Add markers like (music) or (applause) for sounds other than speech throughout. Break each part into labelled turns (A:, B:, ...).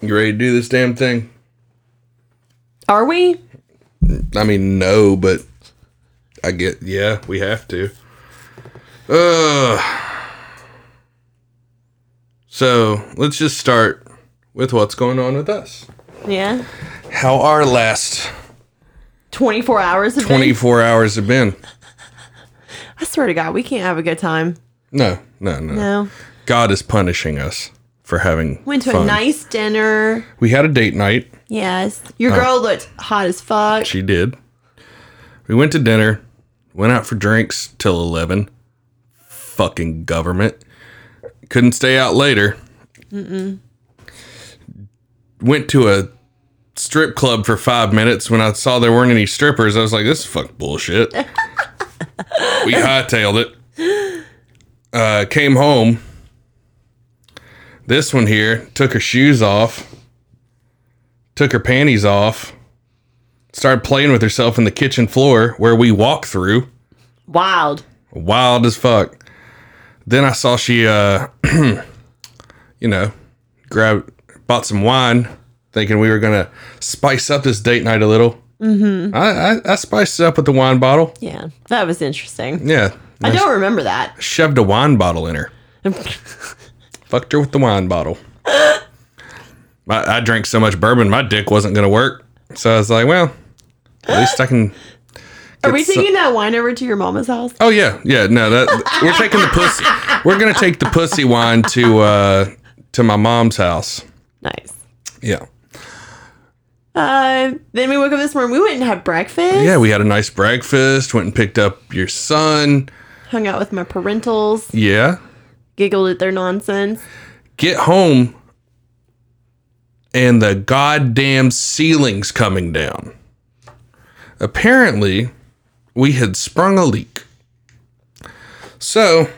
A: You ready to do this damn thing?
B: Are we?
A: I mean, no, but I get, yeah, we have to. Uh, so let's just start with what's going on with us.
B: Yeah.
A: How our last
B: 24 hours of 20.
A: 24 hours have been.
B: I swear to God, we can't have a good time.
A: No, no, no.
B: No.
A: God is punishing us for having
B: Went to a
A: fun.
B: nice dinner.
A: We had a date night.
B: Yes. Your girl looked hot as fuck.
A: Uh. She did. We went to dinner, went out for drinks till 11. Fucking government. Couldn't stay out later. Mm-mm. Went to a strip club for five minutes. When I saw there weren't any strippers, I was like, this is fuck bullshit. we hightailed it. Uh, came home. This one here took her shoes off, took her panties off started playing with herself in the kitchen floor where we walk through
B: Wild.
A: wild as fuck then i saw she uh (clears throat) you know grabbed bought some wine thinking we were gonna spice up this date night a little mm-hmm. I, I i spiced it up with the wine bottle
B: Yeah. That was interesting.
A: yeah
B: I don't remember
A: (laughs)
B: that.
A: shoved a wine bottle in her fucked her with the wine bottle I, I drank so much bourbon my dick wasn't gonna work so i was like well at least i can
B: Are we
A: get so-
B: taking that wine over to your mama's house?
A: Oh yeah, yeah. No, that we're taking the pussy. We're gonna take the pussy wine to uh, to my mom's house.
B: Nice.
A: Yeah,
B: Uh, then we woke up this morning. We went and had breakfast.
A: yeah. We had a nice breakfast. Went and picked up your son.
B: Hung out with my parentals.
A: Yeah.
B: Giggled at their nonsense.
A: Get home, and the goddamn ceiling's coming down. Apparently, we had sprung a leak. So.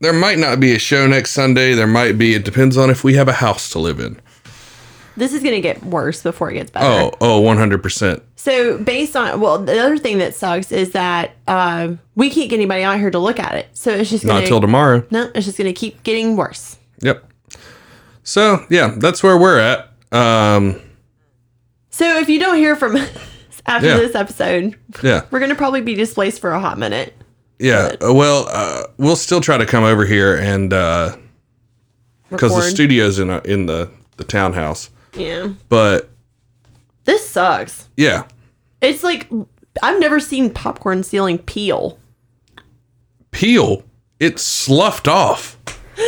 A: There might not be a show next Sunday. There might be. It depends on if we have a house to live in.
B: This is going to get worse before it gets better.
A: Oh, oh, 100%.
B: So based on well, the other thing that sucks is that um, we can't get anybody out here to look at it. So it's just
A: Not
B: gonna,
A: till tomorrow.
B: no, it's just gonna keep getting worse.
A: Yep. So yeah, that's where we're at. Um,
B: So if you don't hear from (laughs) us after
A: Yeah.
B: this episode,
A: yeah,
B: we're gonna probably be displaced for a hot minute.
A: yeah. Uh, Well, uh, we'll still try to come over here and because the
B: Record.
A: studio's in a, in the the townhouse,
B: yeah,
A: but
B: this sucks.
A: yeah,
B: It's like I've never seen popcorn ceiling peel.
A: peel it sloughed
B: (gasps)
A: off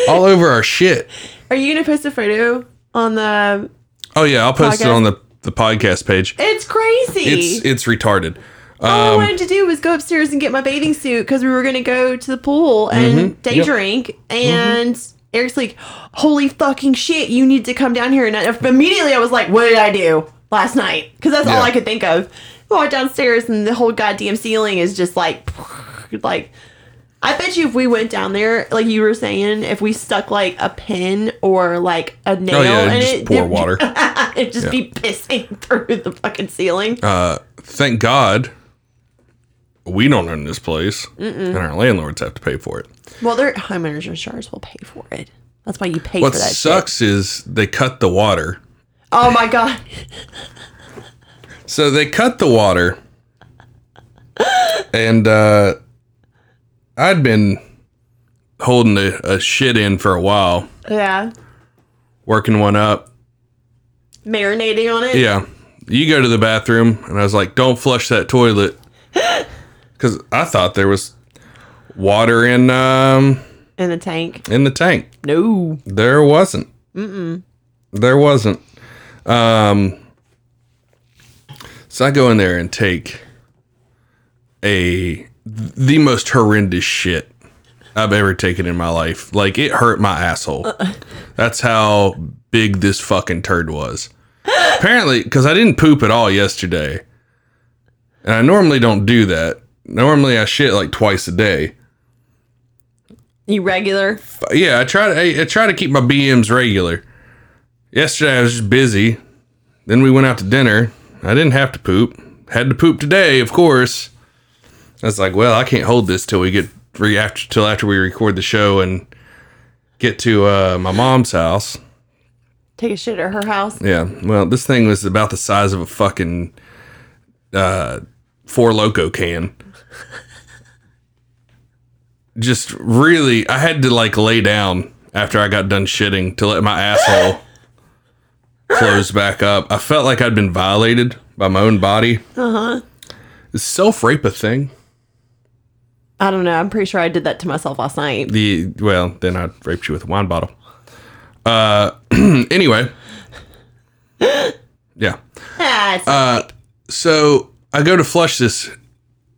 A: all over our shit.
B: Are you gonna post a photo on the?
A: Oh yeah, I'll post it
B: Podcast.
A: on the the podcast page.
B: It's crazy.
A: It's it's retarded.
B: All
A: Um,
B: I wanted to do was go upstairs and get my bathing suit because we were going to go to the pool and day
A: Mm-hmm. Yep. Mm-hmm.
B: drink. And Eric's like, "Holy fucking shit! You need to come down here." And I, immediately I was like, "What did I do last night?" Because that's all
A: Yeah.
B: I could think of. Walk downstairs and the whole goddamn ceiling is just like, like. I bet you if we went down there, like you were saying, if we stuck like a pin or like a nail
A: Oh yeah,
B: in
A: and
B: it,
A: just pour
B: it-
A: water.
B: (laughs) it'd just be pissing (laughs) through the fucking ceiling.
A: Uh, thank God we don't own this place, and our landlords have to pay for it.
B: Well, their homeowners insurance will pay for it. That's why you pay
A: What
B: for that. shit.
A: sucks is they cut the water.
B: Oh my god!
A: So they cut the water, and uh, I'd been holding a, a shit in for a while,
B: Yeah,
A: working one up.
B: marinating on it.
A: Yeah, you go to the bathroom, and I was like, "Don't flush that toilet," (laughs) because I thought there was water in um
B: In the tank.
A: in the tank.
B: No.
A: There wasn't. Mm-mm. There wasn't. Um, so I go in there and take a the most horrendous shit I've ever taken in my life. Like it hurt my asshole. That's how big this fucking turd was. Apparently, because I didn't poop at all yesterday, and I normally don't do that. Normally, I shit like twice a day.
B: You regular?
A: Yeah, I try to I, I try to keep my BMs regular. Yesterday I was just busy. Then we went out to dinner. I didn't have to poop. Had to poop today, of course. I was like, well, I can't hold this till we get re- after till after we record the show and get to uh, my mom's house.
B: take a shit at her house.
A: Yeah. Well, this thing was about the size of a fucking uh, four loco can. Just really, I had to like lay down after I got done shitting to let my asshole close back up. I felt like I'd been violated by my own body. Uh huh. Is self rape a thing?
B: I don't know. I'm pretty sure I did that to myself
A: (laughs)
B: last night.
A: The well, then I raped you with a wine bottle. Uh, (clears throat) anyway. Yeah.
B: Ah, it's-
A: Um, so I go to flush this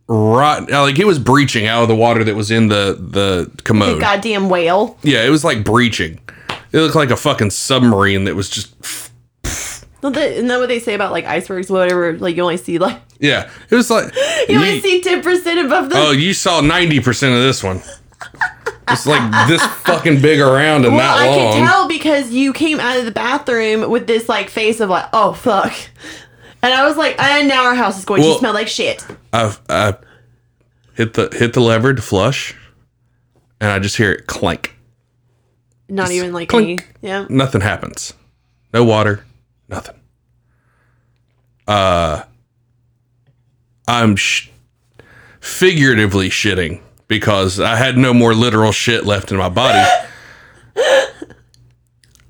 A: rotten like it was breaching out of the water that was in the the commode.
B: goddamn whale.
A: yeah, it was like breaching. It looked like a fucking submarine that was just
B: Don't they- Isn't that what they say about like icebergs, whatever? Like you only see like
A: yeah. It was like
B: (laughs) you
A: ye-
B: only see ten percent above the.
A: oh, you saw ninety percent of this one. It's like this fucking big around and
B: well,
A: that
B: I
A: long.
B: could tell because you came out of the bathroom with this like face of like, oh fuck, and I was like, and now our house is going
A: Well-
B: to smell like shit.
A: I've I hit the hit the lever to flush, and I just hear it clank.
B: Not even like
A: clink.
B: any. Yeah.
A: nothing happens. No water, nothing. Uh, I'm sh- figuratively shitting because I had no more literal shit left in my body.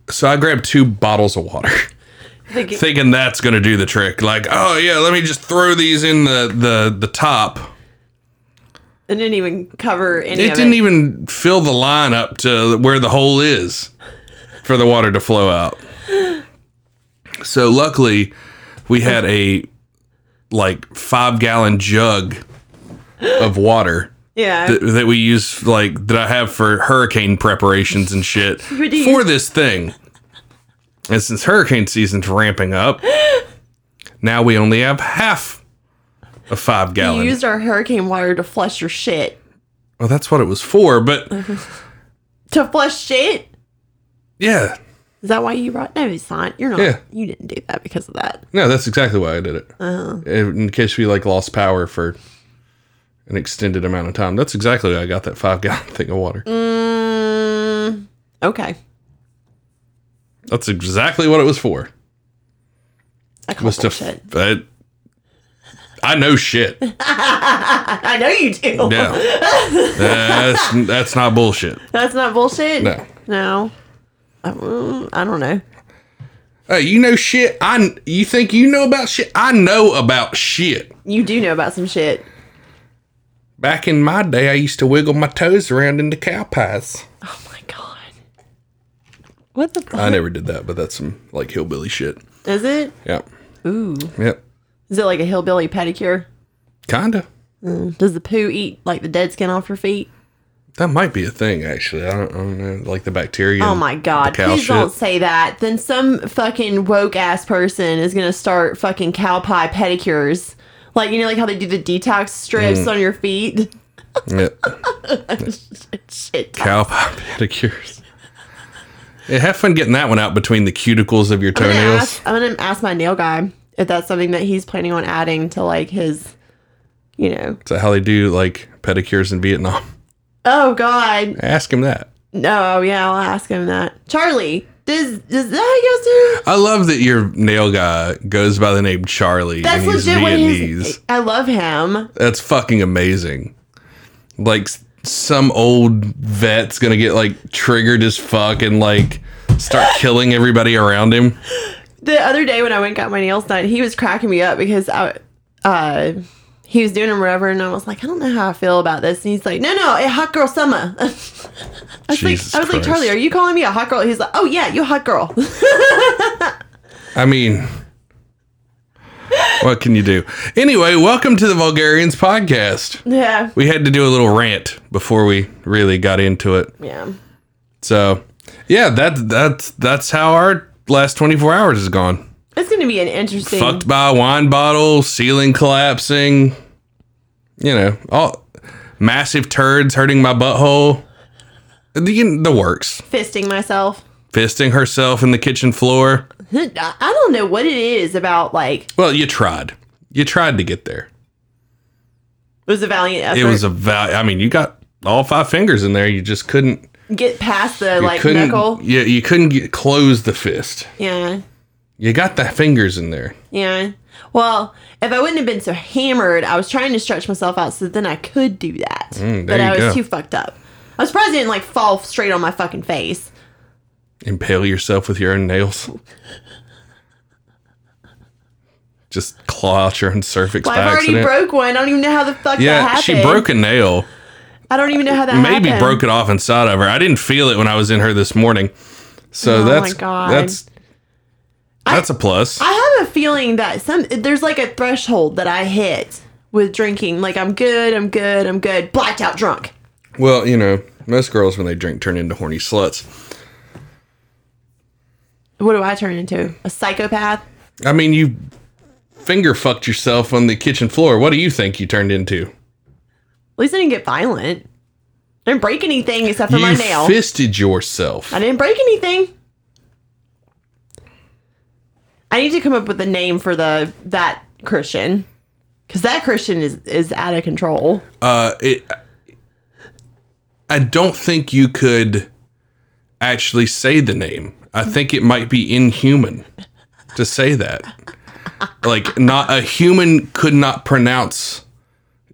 A: so I grabbed two bottles of water, (laughs)
B: Like,
A: thinking that's gonna do the trick. Like, oh yeah, let me just throw these in the the the top.
B: it didn't even cover any
A: It
B: of
A: didn't
B: it.
A: even fill the line up to where the hole is for the water to flow out. So luckily, we had a like five gallon jug of water
B: yeah.
A: that, that we use like that I have for hurricane preparations and shit
B: (laughs) What do you-
A: for this thing. And since hurricane season's ramping up, now we only have half a five
B: you
A: gallon.
B: used our hurricane water to flush your shit.
A: well, that's what it was for, but
B: To flush shit?
A: yeah.
B: Is that why you brought? No, it's not. You're not.
A: Yeah.
B: You didn't do that because of that.
A: No, that's exactly why I did it. In case we like lost power for an extended amount of time. That's exactly why I got that five (laughs) gallon thing of water.
B: Mm, okay.
A: That's exactly what it was for.
B: I call
A: Was to
B: bullshit. (laughs)
A: I, I know shit.
B: I know you do.
A: Yeah, that's that's not bullshit.
B: That's not bullshit.
A: No.
B: No. I, mm, I don't know.
A: Hey, you know shit. I you think you know about shit? I know about shit.
B: You do know about some shit.
A: Back in my day, I used to wiggle my toes around into cow pies.
B: Oh my god. What the fuck
A: I never did that, but that's some like hillbilly shit.
B: is it?
A: Yep,
B: Ooh.
A: yep,
B: Is it like a hillbilly pedicure?
A: kinda.
B: Does the poo eat like the dead skin off your feet?
A: That might be a thing, actually. I don't, I don't know, like the bacteria.
B: Oh
A: and
B: my god.
A: the cow
B: Please
A: shit.
B: don't say that. Then some fucking woke ass person is gonna start fucking cow pie pedicures. Like you know like how they do the detox strips
A: Mm.
B: on your feet? (laughs)
A: Yeah.
B: Shit.
A: cow (laughs) pie pedicures. Yeah, have fun getting that one out between the cuticles of your
B: I'm gonna,
A: toenails.
B: ask, I'm gonna ask my nail guy if that's something that he's planning on adding to like his, you know.
A: Is that how they do like pedicures in Vietnam? (laughs)
B: Oh God,
A: Ask him that.
B: no, yeah, I'll ask him that. Charlie, does does that how you guys do?
A: I love that your nail guy goes by the name Charlie
B: That's
A: and he's
B: legit what
A: Vietnamese.
B: his. I love him.
A: That's fucking amazing. Like s- some old vet's gonna get like triggered as fuck and like
B: (laughs)
A: start killing everybody around him.
B: The other day when I went and got my nails done, he was cracking me up because I, uh, he was doing them whatever, and I was like, I don't know how I feel about this, and he's like, No, no, a hot girl summer. (laughs) I was
A: Jesus
B: like, I was like,
A: Christ.
B: Charlie, are you calling me a hot girl? He's like, Oh yeah, you hot girl. (laughs)
A: I mean, what can you do? Anyway, welcome to the Vulgarians podcast.
B: yeah,
A: We had to do a little rant before we really got into it.
B: yeah.
A: So, yeah, that that's that's how our last 24 hours has gone.
B: It's gonna be an interesting.
A: Fucked by a wine bottle, ceiling collapsing, you know, all massive turds hurting my butthole. The, the works.
B: fisting myself. (laughs)
A: Fisting herself in the kitchen floor.
B: I I don't know what it is about like
A: Well, you tried. You tried to get there.
B: it was a valiant effort.
A: it was a val. I mean, you got all five fingers in there. You just couldn't.
B: get past the like
A: couldn't,
B: knuckle.
A: Yeah, you couldn't get, close the fist.
B: Yeah.
A: You got the fingers in there.
B: Yeah. Well, if I wouldn't have been so hammered, I was trying to stretch myself out so then I could do that.
A: Mm, there
B: but I
A: you
B: was
A: go.
B: too fucked up. I'm surprised I didn't like fall straight on my fucking face.
A: Impale yourself with your own nails. Just claw out your own cervix
B: Well,
A: by
B: I've already
A: accident.
B: broke one. I don't even know how the fuck that
A: yeah,
B: happened.
A: she broke a nail.
B: I don't even know how that happened.
A: Maybe broke it off inside of her. I didn't feel it when I was in her this morning. So
B: Oh my
A: that's
B: God.
A: that's that's a plus.
B: I have a feeling that some there's like a threshold that I hit with drinking. Like I'm good, I'm good, I'm good. Blacked out drunk.
A: well, you know, most girls when they drink turn into horny sluts.
B: What do I turn into? A psychopath?
A: I mean, you finger fucked yourself on the kitchen floor. What do you think you turned into?
B: At least I didn't get violent. I didn't break anything except for
A: you
B: my nail.
A: fisted yourself.
B: I didn't break anything. I need to come up with a name for the that Christian, because that Christian is is out of control.
A: uh, it, I don't think you could actually say the name. I think it might be inhuman to say that. Like, not a human could not pronounce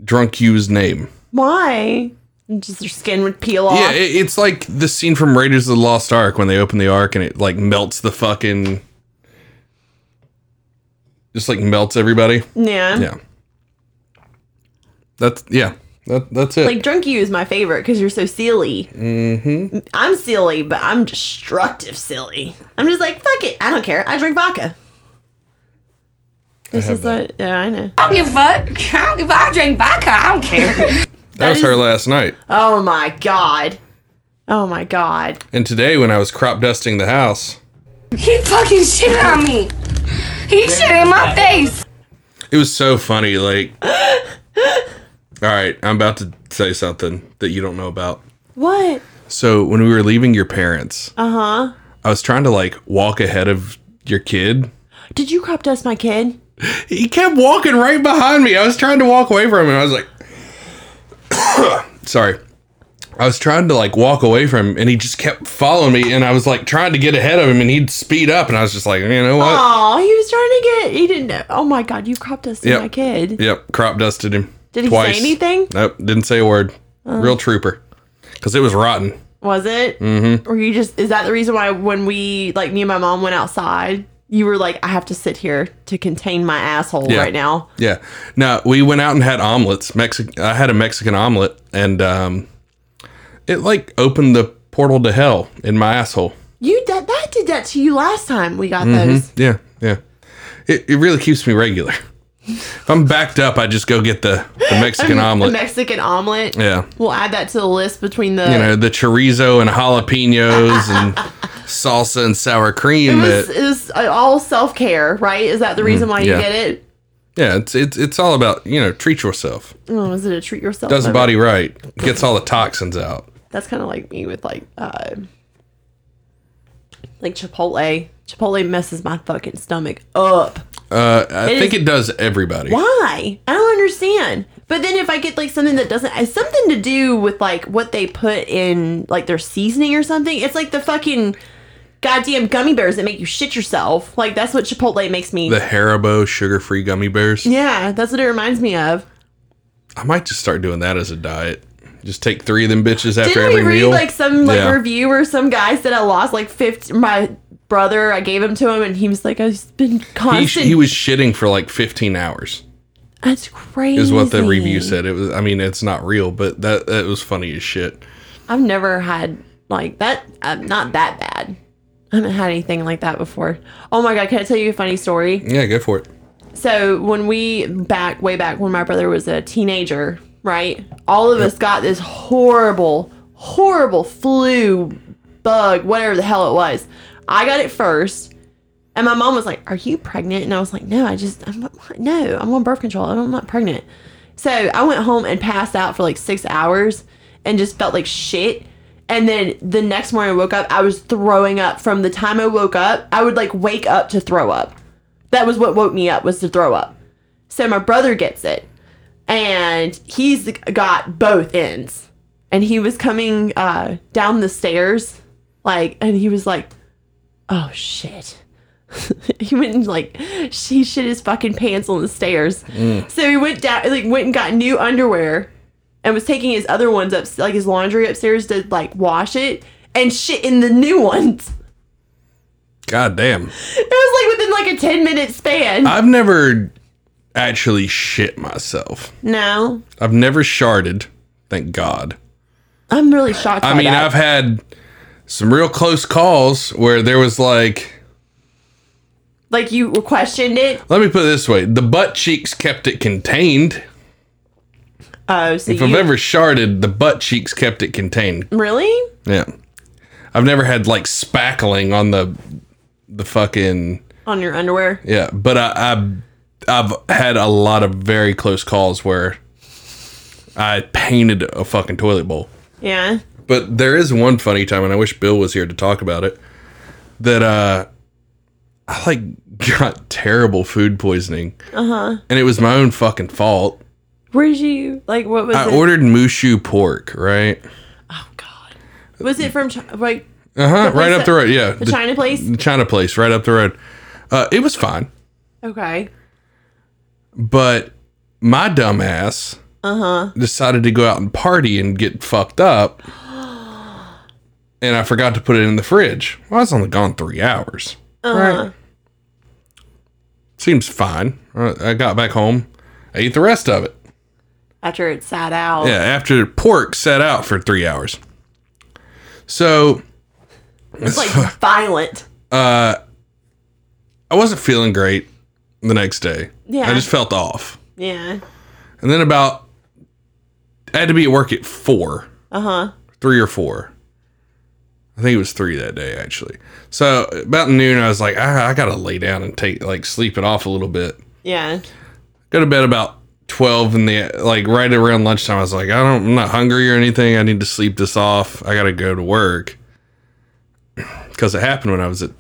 A: Drunk Yu's name.
B: Why? Just their skin would peel off.
A: Yeah, it, it's like the scene from Raiders of the Lost Ark when they open the Ark and it like melts the fucking, just like melts everybody.
B: yeah.
A: Yeah, that's yeah, that that's it.
B: Like drunk you is my favorite because you're so silly. Mm-hmm. I'm silly, but I'm destructive silly. I'm just like fuck it. I don't care. I drink vodka. This
A: have
B: is what yeah I know.
C: I don't give a fuck. I don't give a I drink vodka. I don't care.
A: that was
B: is-
A: her last night.
B: Oh my god. Oh my god.
A: And today, when I was crop dusting the house,
C: he fucking shit on me. He shit in my face.
A: it was so funny.
B: (laughs)
A: Like, all right, I'm about to say something that you don't know about.
B: What?
A: So, when we were leaving your parents,
B: Uh huh.
A: I was trying to like walk ahead of your kid.
B: Did you crop dust my kid?
A: He kept walking right behind me. I was trying to walk away from him, and I was like, (coughs) sorry. I was trying to like walk away from him, and he just kept following me. And I was like trying to get ahead of him, and he'd speed up. And I was just like, you know what?
B: Oh, he was trying to get. He didn't know. Oh my god, you crop dusted
A: Yep.
B: my kid.
A: Yep, crop dusted him.
B: Did he say anything? Uh-huh.
A: Nope, didn't say a word. Real trooper. Because it was rotten.
B: Was it? Mm-hmm. Or you just? Is that the reason why when we like me and my mom went outside, you were like, I have to sit here to contain my asshole
A: Yeah.
B: right now.
A: Yeah. Now we went out and had omelets. Mexi- I had a Mexican omelet, and um, it like opened the portal to hell in my asshole.
B: You that that did that to you last time we got those.
A: Yeah, yeah. It, it really keeps me regular. if I'm backed up, I just go get the, the
B: (laughs)
A: Mexican
B: The
A: omelet.
B: Mexican omelet.
A: Yeah.
B: We'll add that to the list between the.
A: You know, the chorizo and jalapenos
B: (laughs)
A: and salsa and sour cream.
B: it was,
A: that-
B: it was uh, all self care, right? Is that the reason why you
A: Mm-hmm. yeah.
B: did it?
A: yeah, it's, it's, it's all about, you know, treat yourself.
B: Oh, is it a treat yourself?
A: does the
B: moment?
A: body right gets all the toxins out
B: that's kind of like me with like uh like chipotle chipotle messes my fucking stomach up
A: uh, i
B: It
A: think
B: is-
A: it does everybody
B: why i don't understand but then if i get like something that doesn't has something to do with like what they put in like their seasoning or something it's like the fucking goddamn gummy bears that make you shit yourself like that's what chipotle makes me
A: the haribo sugar-free gummy bears
B: yeah that's what it reminds me of
A: i might just start doing that as a diet just take three of them bitches after
B: Didn't
A: every
B: we read
A: meal
B: like some like
A: Yeah.
B: review where some guy said I lost like fifty? My brother, I gave him to him, and he was like, "I've been
A: he,
B: constant."
A: sh- he was shitting for like 15 hours
B: That's crazy.
A: is what the review said it was i mean it's not real but that that was funny as shit
B: I've never had like that. i not that bad. I haven't had anything like that before. Oh my god! Can I tell you a funny story?
A: yeah go for it
B: So when we back way back when my brother was a teenager, right? All of us got this horrible, horrible flu bug, whatever the hell it was. I got it first, and my mom was like, "Are you pregnant?" And I was like, "No, I just I'm not, no, I'm on birth control. I'm not pregnant." So I went home and passed out for like six hours and just felt like shit. And then the next morning I woke up, I was throwing up. From the time I woke up, I would like wake up to throw up that was what woke me up was to throw up. So my brother gets it, and he's got both ends, and he was coming uh, down the stairs, like, and he was like, "Oh shit." (laughs) he went and like she shit his fucking pants on the stairs. So he went down, like went and got new underwear, and was taking his other ones up, like his laundry upstairs to like wash it and shit in the new ones. (laughs)
A: God damn.
B: It was like within like a ten minute span.
A: I've never actually shit myself.
B: no,
A: I've never sharded. Thank God.
B: I'm really shocked.
A: I
B: by
A: mean,
B: that.
A: I've had some real close calls where there was like,
B: like you questioned it.
A: let me put it this way the butt cheeks kept it contained.
B: Oh, so
A: If I've
B: you
A: ever sharded, the butt cheeks kept it contained.
B: really?
A: Yeah. I've never had like spackling on the the fucking
B: on your underwear.
A: yeah, but I, I I've had a lot of very close calls where I painted a fucking toilet bowl.
B: Yeah.
A: But there is one funny time, and I wish Bill was here to talk about it. That uh, I like (laughs) got terrible food poisoning, uh-huh. and it was my own fucking fault.
B: Where'd you like? What was
A: I
B: it?
A: ordered mushu pork, right?
B: oh God. Was it from Chi- like
A: Uh huh. Right up
B: that-
A: the road, yeah.
B: the China place?
A: the China place, right up the road. Uh, it was fine,
B: Okay.
A: but my dumbass uh-huh. decided to go out and party and get fucked up, and I forgot to put it in the fridge. Well, I was only gone three hours.
B: Uh-huh.
A: seems fine. Uh, I got back home. I ate the rest of it.
B: After it sat out.
A: Yeah, after pork sat out for three hours. So (laughs)
B: It's like violent.
A: I wasn't feeling great the next day.
B: Yeah.
A: I just felt off.
B: Yeah.
A: And then about, I had to be at work at four. Uh huh. Three or four. I think it was three that day, actually. So about noon, I was like, "Ah, I, I got to lay down and take, like, sleep it off a little bit.
B: Yeah.
A: go to bed about 12 in the like right around lunchtime i was like i don't i'm not hungry or anything i need to sleep this off i gotta go to work because it happened when i was at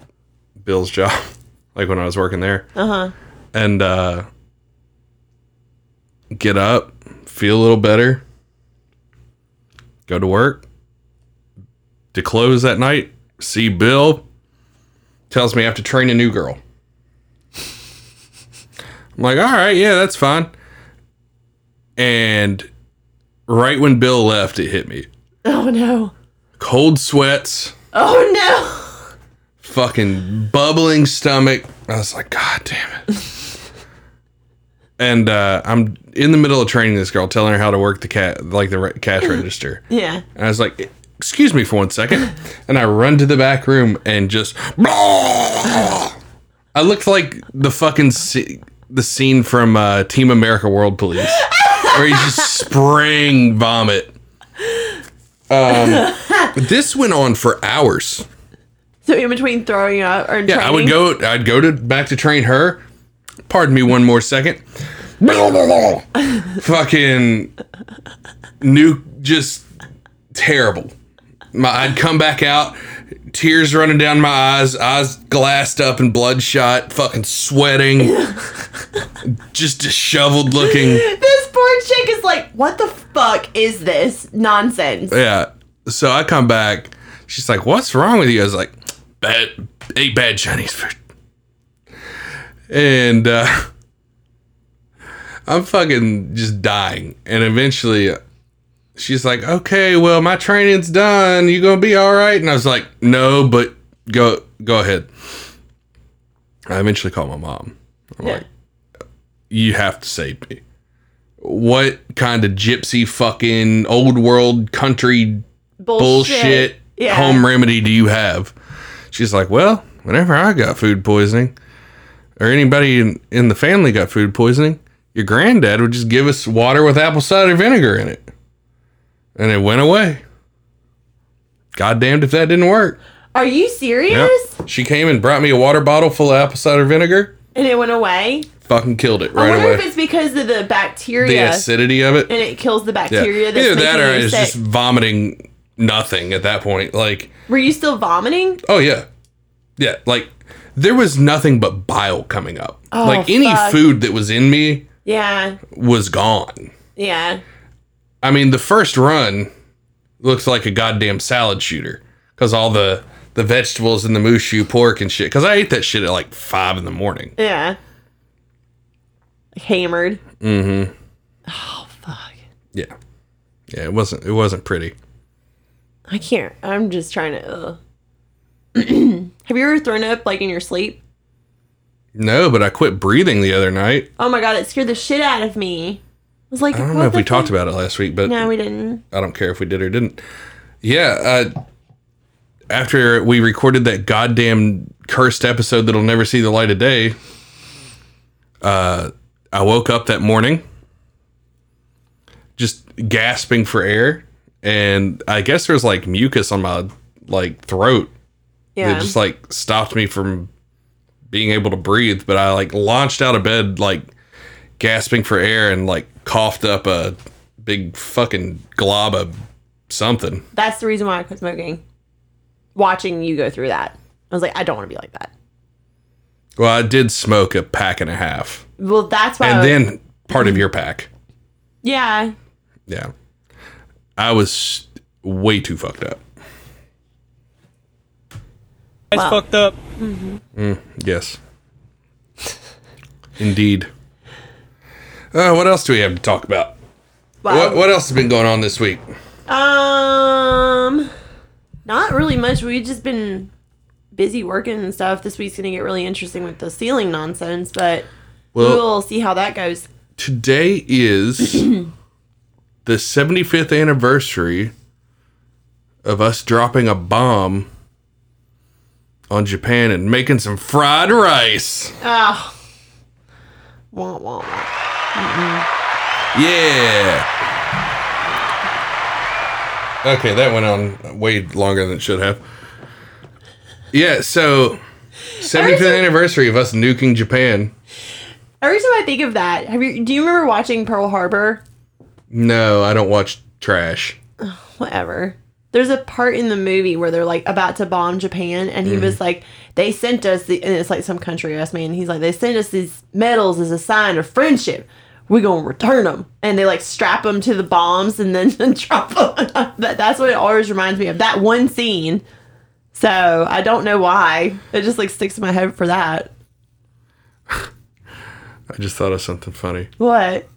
A: bill's job (laughs) like when i was working there uh-huh and uh get up feel a little better go to work to close that night see bill tells me i have to train a new girl I'm like, all right, yeah, that's fine. And right when Bill left, it hit me.
B: Oh no.
A: Cold sweats,
B: Oh
A: fucking bubbling stomach. I was like, God damn it. and uh, I'm in the middle of training this girl, telling her how to work the cat, like the re- cash register.
B: no. Yeah.
A: And I was like, excuse me for one second. And I run to the back room and just. (laughs) I looked like the fucking sce- the scene from uh, Team America World Police, where he's just spraying vomit. Um, this went on for hours.
B: So in between throwing up or
A: Yeah, I would go. I'd go to back to train her. Pardon me, one more second. (laughs) Fucking new, just terrible. My, I'd come back out, tears running down my eyes, eyes glassed up and bloodshot, fucking sweating, just disheveled looking.
B: This poor chick is like, what the fuck is this nonsense?
A: Yeah. So I come back. She's like, "What's wrong with you?" I was like, "Bad, ate bad Chinese food." And uh, (laughs) I'm fucking just dying. And eventually, she's like, "Okay, well, my training's done. You gonna be all right?" And I was like, "No, but go go ahead." I eventually called my mom. I'm
B: Yeah.
A: like, "You have to save me." What kind of gypsy fucking old world country bullshit
B: Yeah.
A: home remedy do you have? She's like, Well, whenever I got food poisoning, or anybody in, in the family got food poisoning, your granddad would just give us water with apple cider vinegar in it. And it went away. God damned if that didn't work.
B: Are you
A: Yep.
B: serious?
A: She came and brought me a water bottle full of apple cider vinegar.
B: And it went away.
A: Fucking killed it
B: I
A: right
B: wonder if
A: away.
B: it's because of the bacteria
A: The acidity of it.
B: and it kills the
A: Yeah.
B: bacteria. That's
A: Either that
B: making
A: or
B: you
A: it's
B: sick.
A: just vomiting nothing at that point. Like,
B: Were you still vomiting?
A: Oh yeah, yeah. Like there was nothing but bile coming up. like any
B: Oh, fuck.
A: food that was in me
B: Yeah.
A: was gone.
B: Yeah.
A: I mean, the first run, looks like a goddamn salad shooter because all the the vegetables and the mushu pork and shit. Because I ate that shit at like five in the morning.
B: Yeah. Hammered. Mm-hmm. Oh fuck.
A: Yeah, yeah. It wasn't it wasn't pretty.
B: I can't. I'm just trying to. Ugh. (clears throat) Have you ever thrown up like in your sleep?
A: No, but I quit breathing the other night.
B: Oh my god, it scared the shit out of me. I was like,
A: I don't know if we talked about it last week, but
B: No, we didn't.
A: I don't care if we did or didn't. Yeah, uh, after we recorded that goddamn cursed episode that'll never see the light of day, uh, I woke up that morning just gasping for air, and I guess there's like mucus on my like throat
B: Yeah.
A: it just like stopped me from being able to breathe but i like launched out of bed like gasping for air and like coughed up a big fucking glob of something
B: That's the reason why I quit smoking. Watching you go through that, I was like, I don't want to be like that.
A: well i did smoke a pack and a half
B: Well, that's why. I
A: and
B: was-
A: then part of your pack
B: yeah,
A: yeah i was way too fucked up
D: That's
B: Wow.
D: fucked up.
A: Mm-hmm. Mm, yes (laughs) indeed uh, what else do we have to talk about what,
B: well,
A: what else has been going on this week
B: um, not really much. We've just been busy working and stuff. This week's gonna get really interesting with the ceiling nonsense, but
A: Well-
B: we'll see how that goes.
A: today is the 75th anniversary of us dropping a bomb on Japan and making some fried rice.
B: Oh, wah, wah, wah.
A: Yeah. Okay, that went on way longer than it should have. Yeah, so 75th anniversary of us nuking Japan.
B: Every time I think of that, have you? Do you remember watching Pearl Harbor?
A: No, I don't watch trash.
B: whatever. There's a part in the movie where they're like about to bomb Japan, and he was like, "They sent us the," and it's like some country ass man. He's like, "They sent us these medals as a sign of friendship. We gonna return them." And they like strap them to the bombs and then (laughs) drop them. that, that's what it always reminds me of that one scene. So I don't know why it just like sticks in my head for that.
A: I just thought of something funny.
B: What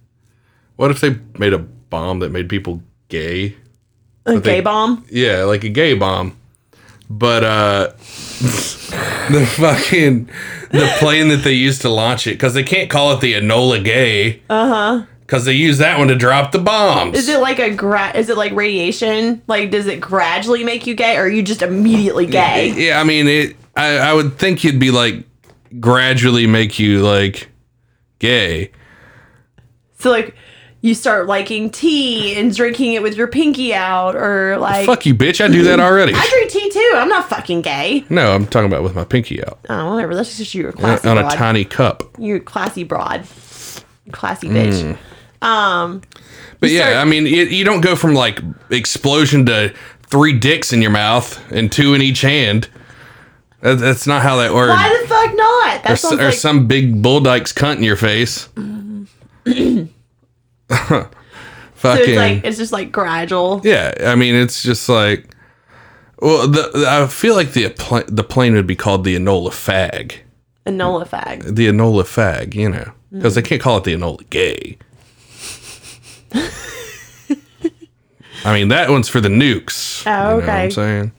A: What if they made a bomb that made people gay?
B: a gay
A: they-
B: bomb?
A: Yeah, like a gay bomb. But uh (laughs) the fucking the plane that they used to launch it cuz they can't call it the Enola Gay. Uh-huh. Cuz they use that one to drop the bombs.
B: Is it like a gra- Is it like radiation? Like, does it gradually make you gay, or are you just immediately gay?
A: yeah, I mean it I I would think you'd be like gradually make you like gay.
B: So like you start liking tea and drinking it with your pinky out or like
A: Fuck you bitch, (laughs) I do that already.
B: I drink tea too. I'm not fucking gay.
A: No, I'm talking about with my pinky out
B: Oh, whatever. That's just you. are classy
A: on a
B: broad.
A: tiny cup.
B: You're a classy broad. Classy
A: Hmm.
B: bitch. Um,
A: But yeah,
B: start-
A: I mean, it, you don't go from like explosion to three dicks in your mouth and two in each hand. That, that's not how that works.
B: why the fuck not? That
A: or s-
B: sounds
A: or
B: like
A: some big bull dyke's cunt in your
B: (laughs)
A: face.
B: so
A: Fucking
B: it's like it's just like gradual.
A: yeah. I mean, it's just like. Well, the, the- I feel like the pl- the plane would be called the Enola Fag,
B: Enola fag.
A: the Enola Fag, you know, because they can't call it the Enola
B: (laughs)
A: Gay. I mean, that one's for the nukes.
B: Oh,
A: You know what
B: okay.
A: I'm saying?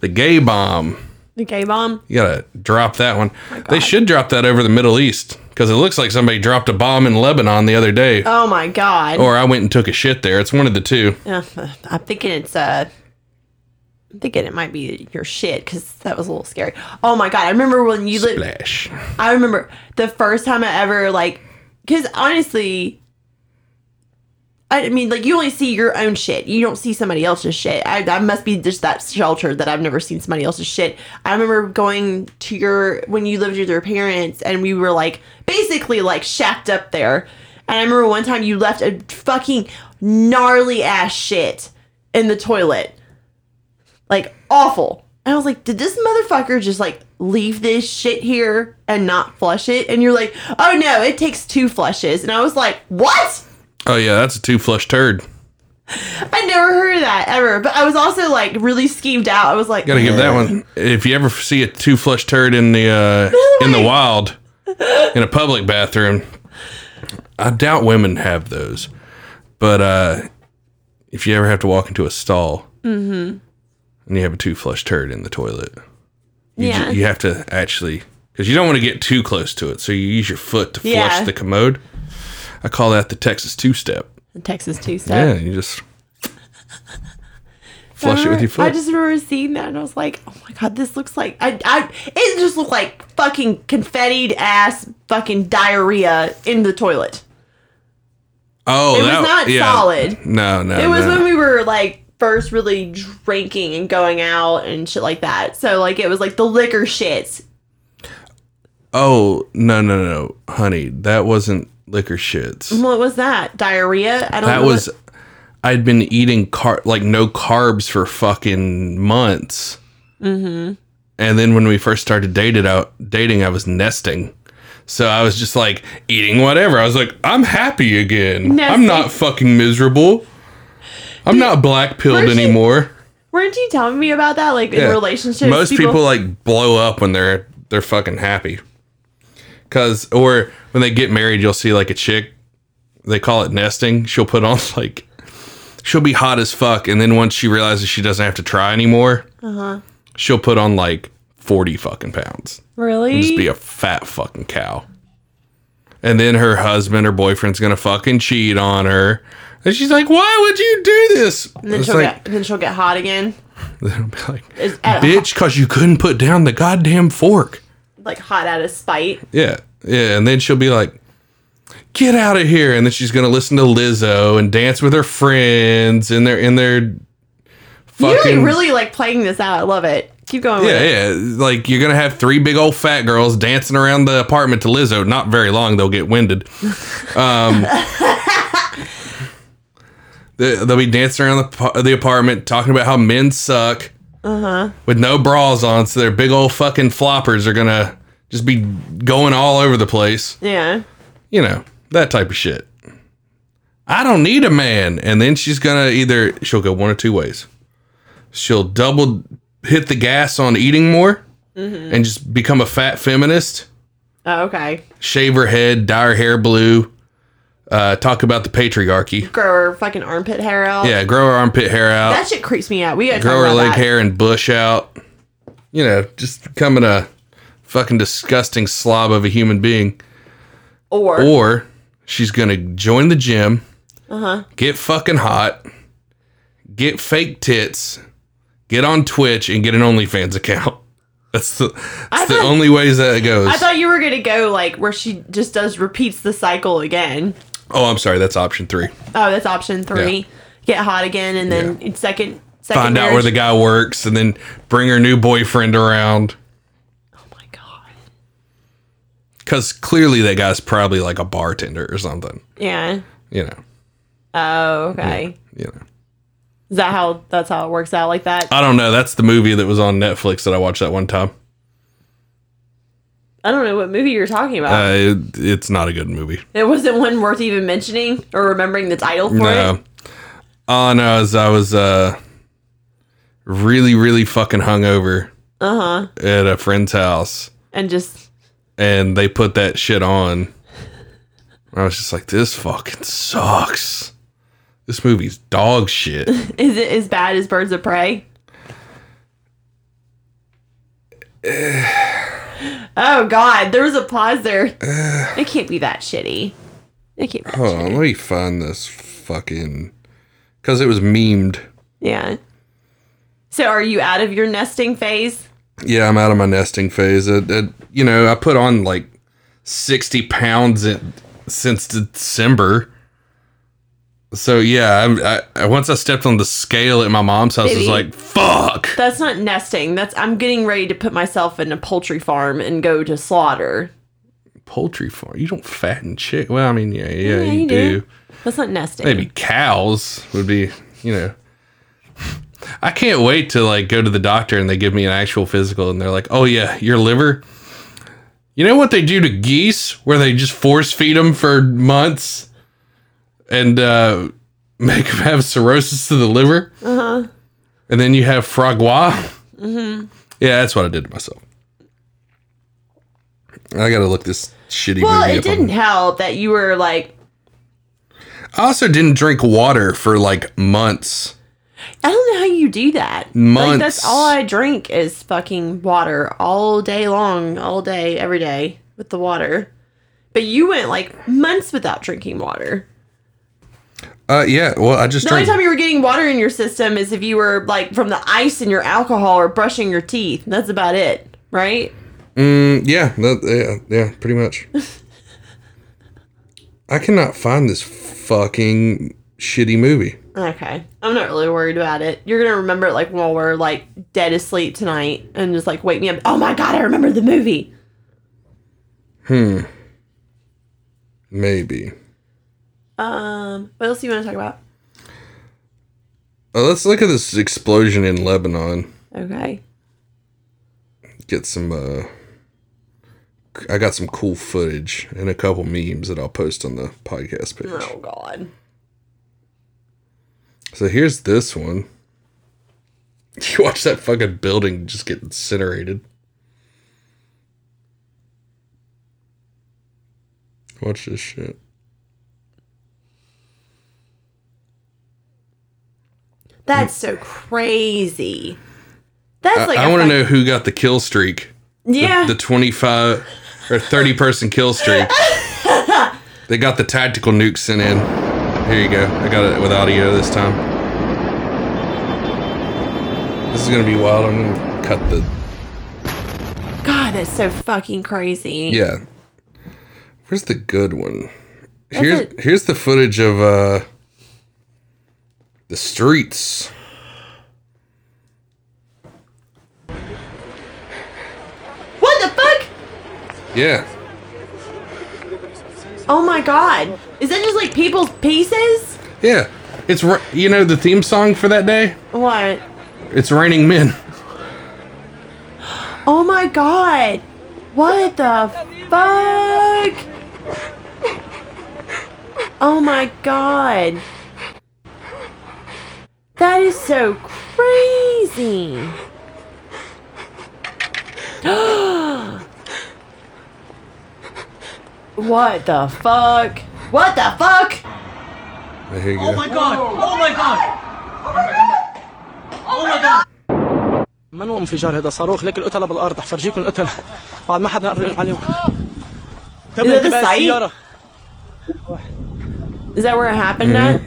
A: The gay bomb.
B: The gay bomb.
A: You gotta drop that one.
B: Oh
A: they should drop that over the Middle East because it looks like somebody dropped a bomb in Lebanon the other day,
B: Oh my god.
A: or I went and took a shit there. It's one of the two.
B: Uh, I'm thinking it's uh I'm thinking it might be your shit because that was a little scary. Oh my god! I remember when you lived.
A: Flash.
B: I remember the first time I ever like, because honestly, I mean, like you only see your own shit. You don't see somebody else's shit. I, I must be just that sheltered that I've never seen somebody else's shit. I remember going to your when you lived with your parents and we were like basically like shacked up there. And I remember one time you left a fucking gnarly ass shit in the toilet like awful. And I was like, did this motherfucker just like leave this shit here and not flush it? And you're like, oh no, it takes two flushes. And I was like, what?
A: Oh yeah, that's a two flush turd.
B: I never heard of that ever. But I was also like really schemed out. I was like,
A: Gotta give that one. If you ever see a two flush turd in the uh, in the wild, in a public bathroom, I doubt women have those. But uh, if you ever have to walk into a stall
B: Mm-hmm.
A: and you have a two flush turd in the toilet, you, ju-
B: Yeah.
A: you have to actually because you don't want to get too close to it, so you use your foot to flush
B: Yeah.
A: the commode. I call that the Texas two step.
B: Texas two
A: Yeah,
B: step.
A: you
B: (laughs)
A: just flush it with your foot.
B: I just remember seeing that and I was like, oh my god, this looks like I, I it just looked like fucking confettied ass fucking diarrhea in the toilet.
A: Oh,
B: It was
A: that,
B: not
A: yeah.
B: solid.
A: No, no.
B: It was
A: no.
B: when we were like first really drinking and going out and shit like that. So like it was like the liquor shits.
A: Oh no, no, no, no, honey, that wasn't liquor shits.
B: What was that? Diarrhea? I don't
A: That
B: know.
A: was
B: what-
A: I'd been eating car like no carbs for fucking months. Mm-hmm. And then when we first started dated out dating, I was nesting. So I was just like eating whatever. I was like, I'm happy again. I'm
B: Nesting.
A: not fucking miserable. I'm not black pilled
B: Where's she-
A: anymore.
B: weren't you telling me about that? Like in
A: Yeah.
B: relationships.
A: Most people, like blow up when they're they're fucking happy. Cause or when they get married, you'll see like a chick. They call it nesting. She'll put on (laughs) like she'll be hot as fuck, and then once she realizes she doesn't have to try anymore,
B: Uh-huh.
A: she'll put on like forty fucking pounds,
B: really
A: just be a fat fucking cow. And then her husband or boyfriend's gonna fucking cheat on her, and she's like, "Why would you do this?"
B: and then
A: It's
B: she'll
A: like,
B: get then she'll get hot again.
A: (laughs) it'll be like,
B: It's at,
A: bitch, cause you couldn't put down the goddamn fork.
B: like hot out of spite.
A: Yeah. Yeah. And then she'll be like, get out of here. And then she's going to listen to Lizzo and dance with her friends and their, in their
B: You're
A: fucking.
B: like really like playing this out. I love it. Keep going. with
A: yeah.
B: it.
A: Yeah. Like you're going to have three big old fat girls dancing around the apartment to Lizzo. Not very long. They'll get winded. Um, they- They'll be dancing around the, pa- the apartment talking about how men suck with no bras on. So their big old fucking floppers are going to just be going all over the place.
B: Yeah.
A: you know, that type of shit. I don't need a man. And then she's going to either, she'll go one or two ways. She'll double hit the gas on eating more and just become a fat feminist,
B: Oh, okay.
A: shave her head, dye her hair blue, uh, talk about the patriarchy.
B: Grow her fucking armpit hair out.
A: Yeah, grow her armpit hair out,
B: That shit creeps me out. We gotta
A: grow
B: talk
A: her
B: about
A: leg
B: that.
A: hair and bush out. You know, just becoming a fucking disgusting slob of a human being.
B: Or,
A: or she's gonna join the gym,
B: Uh-huh.
A: get fucking hot, get fake tits, get on Twitch, and get an OnlyFans account. (laughs) That's the that's the
B: thought-
A: only ways that it goes.
B: I thought you were gonna go like where she just does repeats the cycle again.
A: oh, I'm sorry, that's option three.
B: Oh, that's option three. Get hot again and then second second
A: Find out where the guy works, and then bring her new boyfriend around.
B: Oh my god.
A: Cause clearly that guy's probably like a bartender or something.
B: Yeah.
A: You know,
B: Oh, okay.
A: you know.
B: Is that how that's how it works out like that?
A: I don't know. That's the movie that was on Netflix that I watched that one time.
B: I don't know what movie you're talking about.
A: Uh, it, it's not a good movie.
B: it wasn't one worth even mentioning or remembering the title for
A: No.
B: it.
A: All I know is I was uh, really, really fucking hungover
B: Uh huh.
A: at a friend's house,
B: And just
A: and they put that shit on. I was just like, "This fucking sucks. This movie's dog shit."
B: is it as bad as Birds
A: (sighs)
B: of Prey? oh God, there was a pause there.
A: (sighs)
B: it can't be that shitty. It can't. Be that
A: Hold on, let me find this fucking because it was memed.
B: Yeah. So are you out of your nesting phase?
A: Yeah, I'm out of my nesting phase. Uh uh you know, I put on like sixty pounds in, since December. So yeah, I'm- I, I once I stepped on the scale at my mom's house, I was
B: Baby.
A: like, "Fuck!"
B: That's not nesting. That's I'm getting ready to put myself in a poultry farm and go to slaughter.
A: Poultry farm. You don't fatten chick. Well, I mean, yeah, yeah,
B: Yeah,
A: you,
B: you
A: do.
B: do. That's not nesting.
A: Maybe cows would be, you know. I can't wait to like go to the doctor and they give me an actual physical and they're like, "Oh yeah, your liver." You know what they do to geese where they just force feed them for months and uh make them have cirrhosis to the liver. Uh-huh. And then you have fragua. Mm-hmm. Yeah, that's what I did to myself. I gotta look this shitty
B: Well,
A: movie up
B: it
A: on-
B: didn't help that you were like,
A: I also didn't drink water for like months.
B: I don't know how you do that. Like,
A: Months.
B: that's all I drink is fucking water all day long, all day, every day with the water. But you went like months without drinking water.
A: Uh, yeah. Well, I just
B: The
A: drank.
B: only time you were getting water in your system is if you were like from the ice in your alcohol or brushing your teeth. That's about it, right?
A: Mm, yeah, that- yeah, yeah, pretty
B: (laughs)
A: much. I cannot find this fucking shitty movie.
B: Okay. I'm not really worried about it. You're going to remember it like while we're like dead asleep tonight and just like wake me up. Oh my God, I remember the movie.
A: Maybe.
B: Um, what else do you want to talk about?
A: Uh, let's look at this explosion in Lebanon.
B: Okay.
A: Get some. uh I got some cool footage and a couple memes that I'll post on the podcast page.
B: Oh God.
A: So here's this one. (laughs) You watch that fucking building just get incinerated. Watch this shit.
B: That's so crazy. That's
A: I,
B: like,
A: I
B: a
A: want to
B: fuck-
A: know who got the kill streak.
B: Yeah.
A: The 25 or 30 person kill
B: (laughs)
A: streak. they got the tactical nuke sent in. Here you go. I got it with audio this time. This is going to be wild. I'm going to cut the.
B: God, that's so fucking crazy.
A: Yeah. Where's the good one?
B: That's
A: Here's
B: it.
A: here's the footage of uh the streets.
B: What the fuck?
A: Yeah.
B: Oh my God. Is that just like people's pieces?
A: Yeah. It's ra- you know the theme song for that day?
B: What?
A: It's raining men.
B: Oh my God. What the fuck? Oh my God. That is so crazy. (gasps) what the fuck? What the fuck?
A: Oh, here you go.
D: god! Oh my god! Oh من هو انفجار هذا صاروخ لك القتلة بالارض حفرجيكم القتلة بعد ما حدا قرب عليهم
B: Is
D: تبع
B: that the
D: تبع
B: site?
D: السيارة
B: Is that where it happened at?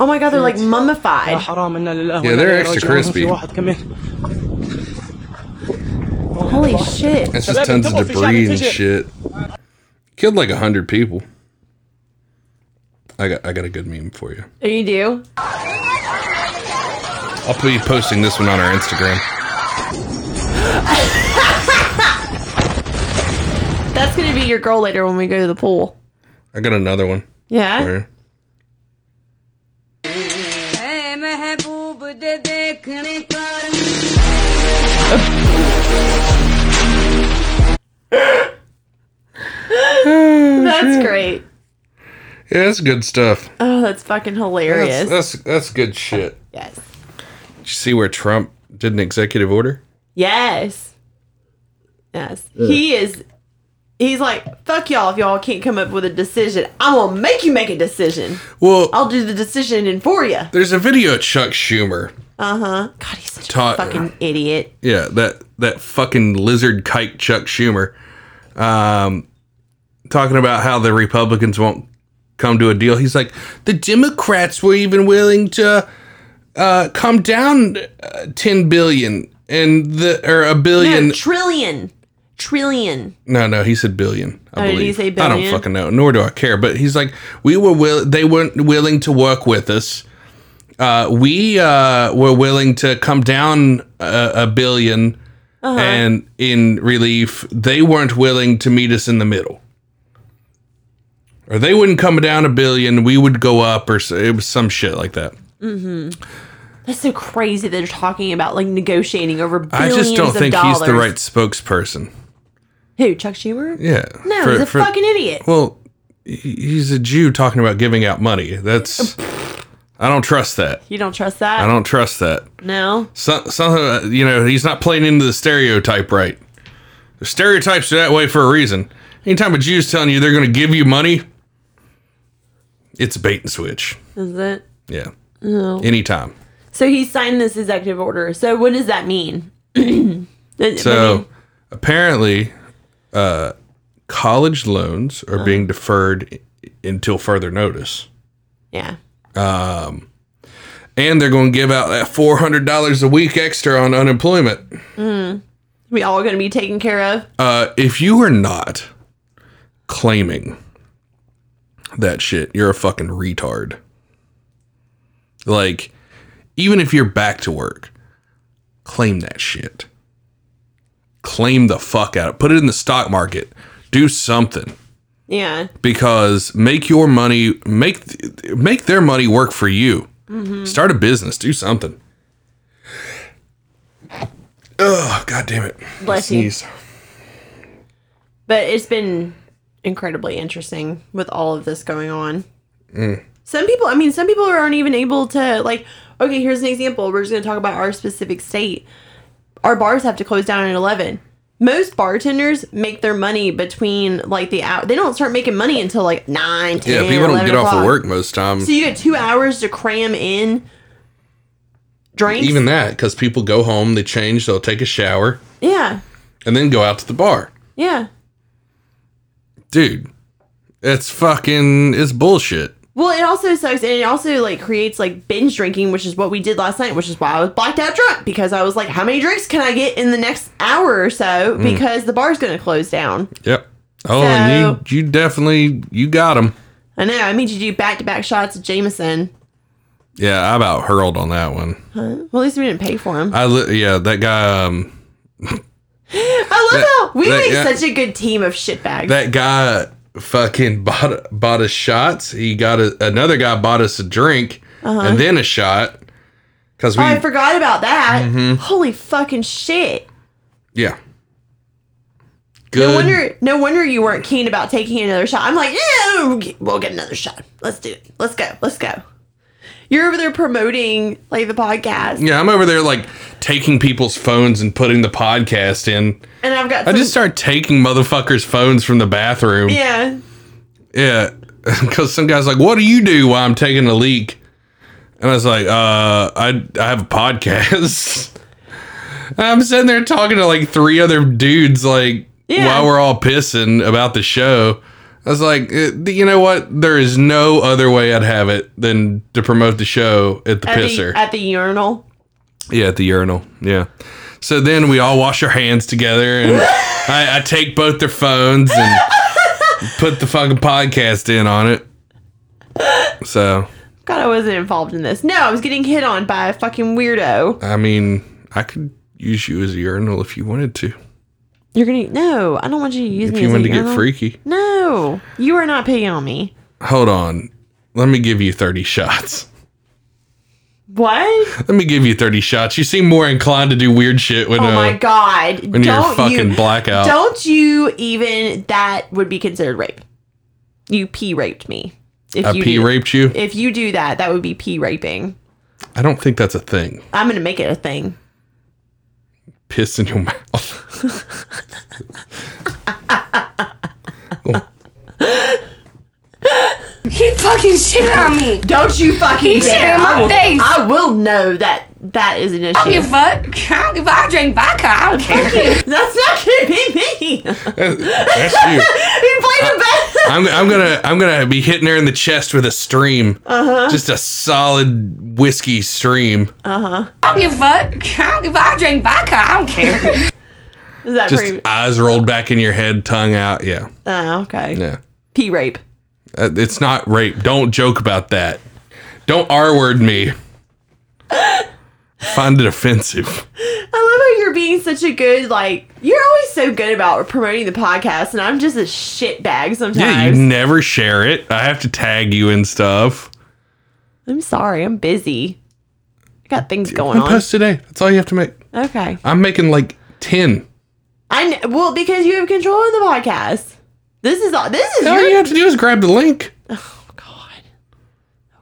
B: Oh my god, they're like
D: يا
B: mummified.
D: حرام انا لله
A: Yeah,
D: وإنا
A: they're
D: إليه
A: extra
D: راجعون. في
A: crispy.
D: واحد كمان
B: Holy shit.
A: It's just tons of debris and shit. Killed like a hundred people. I got I got a good meme for you.
B: Oh, You do?
A: I'll be posting this one on our Instagram.
B: That's gonna be your girl later when we go to the pool.
A: I got another one.
B: Yeah?
A: Where-
C: महबूब दे देखने पर
B: (laughs) That's great.
A: Yeah, that's good stuff.
B: Oh, that's fucking hilarious.
A: That's, that's that's good shit.
B: yes.
A: Did you see where Trump did an executive order?
B: Yes. Yes. He is he's like, fuck y'all if y'all can't come up with a decision. I'm gonna make you make a decision.
A: Well,
B: I'll do the decisioning for you.
A: there's a video of Chuck Schumer.
B: Uh-huh. God, he's such
A: Ta-
B: a fucking idiot.
A: Yeah, that that fucking lizard kike Chuck Schumer, um, talking about how the Republicans won't come to a deal. He's like, the Democrats were even willing to uh, come down uh, ten billion and the or a billion.
B: No, trillion. Trillion.
A: No, no, he said billion. I
B: Oh, did he
A: believe.
B: say
A: I don't
B: billion?
A: fucking know, nor do I care. But he's like, we were will. They weren't willing to work with us. Uh, we uh, were willing to come down a, a 1000000000
B: Uh-huh.
A: and in relief, they weren't willing to meet us in the middle. Or they wouldn't come down a billion. We would go up, or so, it was some shit like that.
B: That's so crazy that they're talking about like negotiating over
A: I
B: billions
A: just don't
B: of
A: think
B: dollars.
A: he's the right spokesperson.
B: Who, Chuck Schumer?
A: Yeah.
B: No,
A: for-
B: he's a
A: for-
B: fucking idiot.
A: Well, he- he's a Jew talking about giving out money. That's I don't trust that.
B: You don't trust that?
A: I don't trust that.
B: No.
A: Some, some, you know, he's not playing into the stereotype right. The stereotypes are that way for a reason. Anytime a Jew's telling you they're going to give you money, it's a bait and switch.
B: Is it?
A: Yeah. Anytime.
B: So he signed this executive order. So what does that mean? (clears throat) Does it
A: So
B: mean-
A: apparently, uh, college loans are being deferred i- until further notice.
B: yeah.
A: And they're going to give out that $400 a week extra on unemployment.
B: We all going to be taken care of.
A: Uh, if you are not claiming that shit, you're a fucking retard. Like, even if you're back to work, claim that shit. Claim the fuck out of it. Put it in the stock market. Do something
B: Yeah.
A: because make your money make make their money work for you.
B: Mm-hmm.
A: Start a business. Do something. Oh god damn it!
B: Bless you.
A: Sneeze.
B: But it's been incredibly interesting with all of this going on.
A: Mm.
B: Some people, I mean, some people aren't even able to, like, okay, here's an example. We're just going to talk about our specific state. Our bars have to close down at 11. Most bartenders make their money between, like, the hour. They don't start making money until, like, 9, 10,
A: Yeah, people don't
B: 11
A: get off of
B: o'clock.
A: work most time.
B: So you get two hours to cram in drinks.
A: Even that, because people go home, they change, they'll take a shower,
B: yeah,
A: and then go out to the bar.
B: yeah.
A: Dude, it's fucking, it's bullshit.
B: Well, it also sucks, and it also like creates like binge drinking, which is what we did last night, which is why I was blacked out drunk because I was like, how many drinks can I get in the next hour or
A: Mm.
B: so because the bar's gonna close down.
A: Yep. Oh, and you, you definitely, you got them.
B: I know. I mean, you do back to back shots of Jameson.
A: Yeah, I about hurled on that one.
B: Well, at least we didn't pay
A: (laughs)
B: for them. I,
A: I, li- yeah, that guy, um,
B: love
A: that-
B: how we
A: that-
B: make
A: yeah.
B: such a good team of shitbags.
A: that guy fucking bought, bought us shots. He got a, another guy bought us a drink and then a shot. Cause we,
B: Uh-huh.
A: Mm-hmm.
B: oh, I forgot about that. Holy fucking shit!
A: yeah. Good.
B: No wonder, no wonder you weren't keen about taking another shot. I'm like, yeah, we'll get- we'll get another shot. Let's do it. Let's go. Let's go. You're over there promoting like the podcast,
A: Yeah, I'm over there like taking people's phones and putting the podcast in.
B: and I've got.
A: I
B: Some,
A: just start taking motherfuckers' phones from the bathroom.
B: yeah,
A: Yeah. (laughs) Because some guy's like, What do you do while I'm taking a leak? And I was like, Uh, I, I have a podcast. (laughs) And I'm sitting there talking to like three other dudes, like,
B: Yeah.
A: while we're all pissing about the show. I was like, eh, You know what? There is no other way I'd have it than to promote the show at the
B: at
A: pisser.
B: the at the urinal.
A: Yeah, at the urinal. Yeah. So then we all wash our hands together,
B: (laughs)
A: and I, I take both their phones and put the fucking podcast in on it. So
B: God, I wasn't involved in this. No, I was getting hit on by a fucking weirdo.
A: I mean, I could use you as a urinal if you wanted to,
B: You're gonna no. I don't want you to use
A: if
B: me.
A: you
B: as a
A: wanted to get
B: urinal.
A: freaky.
B: No, you are not picking on me.
A: Hold on, let me give you thirty shots. (laughs)
B: What?
A: Let me give you thirty shots. You seem more inclined to do weird shit when
B: Oh
A: uh,
B: my god!
A: when
B: don't
A: you're fucking
B: you,
A: blackout.
B: Don't you even that would be considered rape. You pee raped me. If
A: I
B: you
A: pee
B: do,
A: raped you.
B: If you do that, that would be pee raping.
A: I don't think that's a thing.
B: I'm gonna make it a thing.
A: piss in your mouth. (laughs)
C: He fucking shit on me.
B: Don't you fucking
C: He shit
B: dare.
C: in my
B: I will,
C: face.
B: I will know that that is an
C: I don't
B: issue.
C: give a fuck. I don't give a fuck. I drink vodka. I don't care.
B: That's not gonna be
C: (laughs)
B: me. he played
A: That's you.
B: the best.
A: I'm, I'm gonna I'm gonna be hitting her in the chest with a stream, uh-huh. just a solid whiskey stream.
C: I don't give a fuck. I don't give a fuck. I drink vodka. I don't care.
B: Is that
A: Just
B: pretty?
A: eyes rolled back in your head, tongue out. Yeah,
B: Oh, okay.
A: yeah.
B: Pee rape.
A: Uh, It's not rape. Don't joke about that. Don't R word me. Find it offensive.
B: I love how you're being such a good like. You're always so good about promoting the podcast, and I'm just a shit bag sometimes.
A: Yeah, you never share it. I have to tag you and stuff.
B: I'm sorry, I'm busy. I got things going
A: One
B: on.
A: post today. That's all you have to make.
B: Okay.
A: I'm making like ten.
B: I kn- well because you have control of the podcast. This is all. This is
A: All
B: your
A: you have to do is grab the link.
B: God.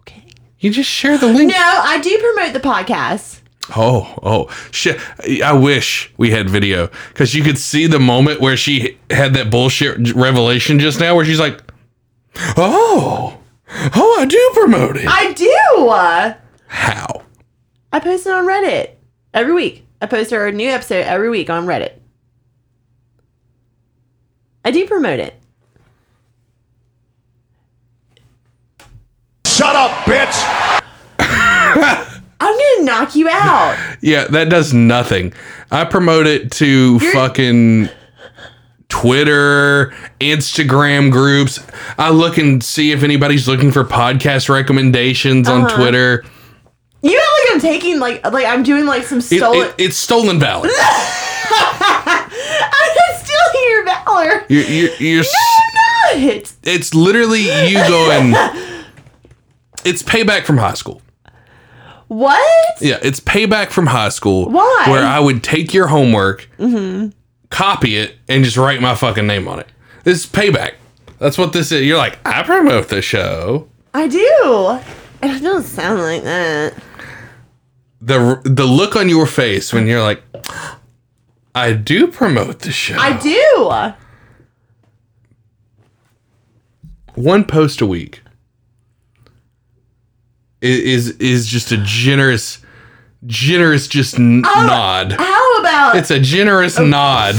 B: Okay.
A: You You just share the link.
B: No, I do promote the podcast.
A: Oh, oh, shit! I wish we had video because you could see the moment where she had that bullshit revelation just now, where she's like, "Oh, oh, I do promote it."
B: I do. Uh,
A: How?
B: I post it on Reddit every week. I post our new episode every week on Reddit. I do promote it.
E: Shut up, bitch!
B: (laughs) I'm gonna knock you out.
A: Yeah, that does nothing. I promote it to fucking Twitter, Instagram groups. I look and see if anybody's looking for podcast recommendations on Twitter.
B: You know, like I'm taking like like I'm doing like some
A: It,
B: stolen. (laughs)
A: it- it's stolen valor.
B: I'm not stealing your valor.
A: You're, you're, you're s-
B: It's
A: It's literally you going. It's payback from high school.
B: what?
A: Yeah, it's payback from high school.
B: Why?
A: Where I would take your homework, copy it, and just write my fucking name on it. This is payback. That's what this is. You're like, I promote the show.
B: I do. It doesn't sound like that.
A: The the look on your face when you're like, I do promote the show.
B: I do.
A: One post a week i- is is just a generous, generous just n-
B: Oh,
A: nod.
B: How about
A: It's a generous
B: Oh.
A: nod.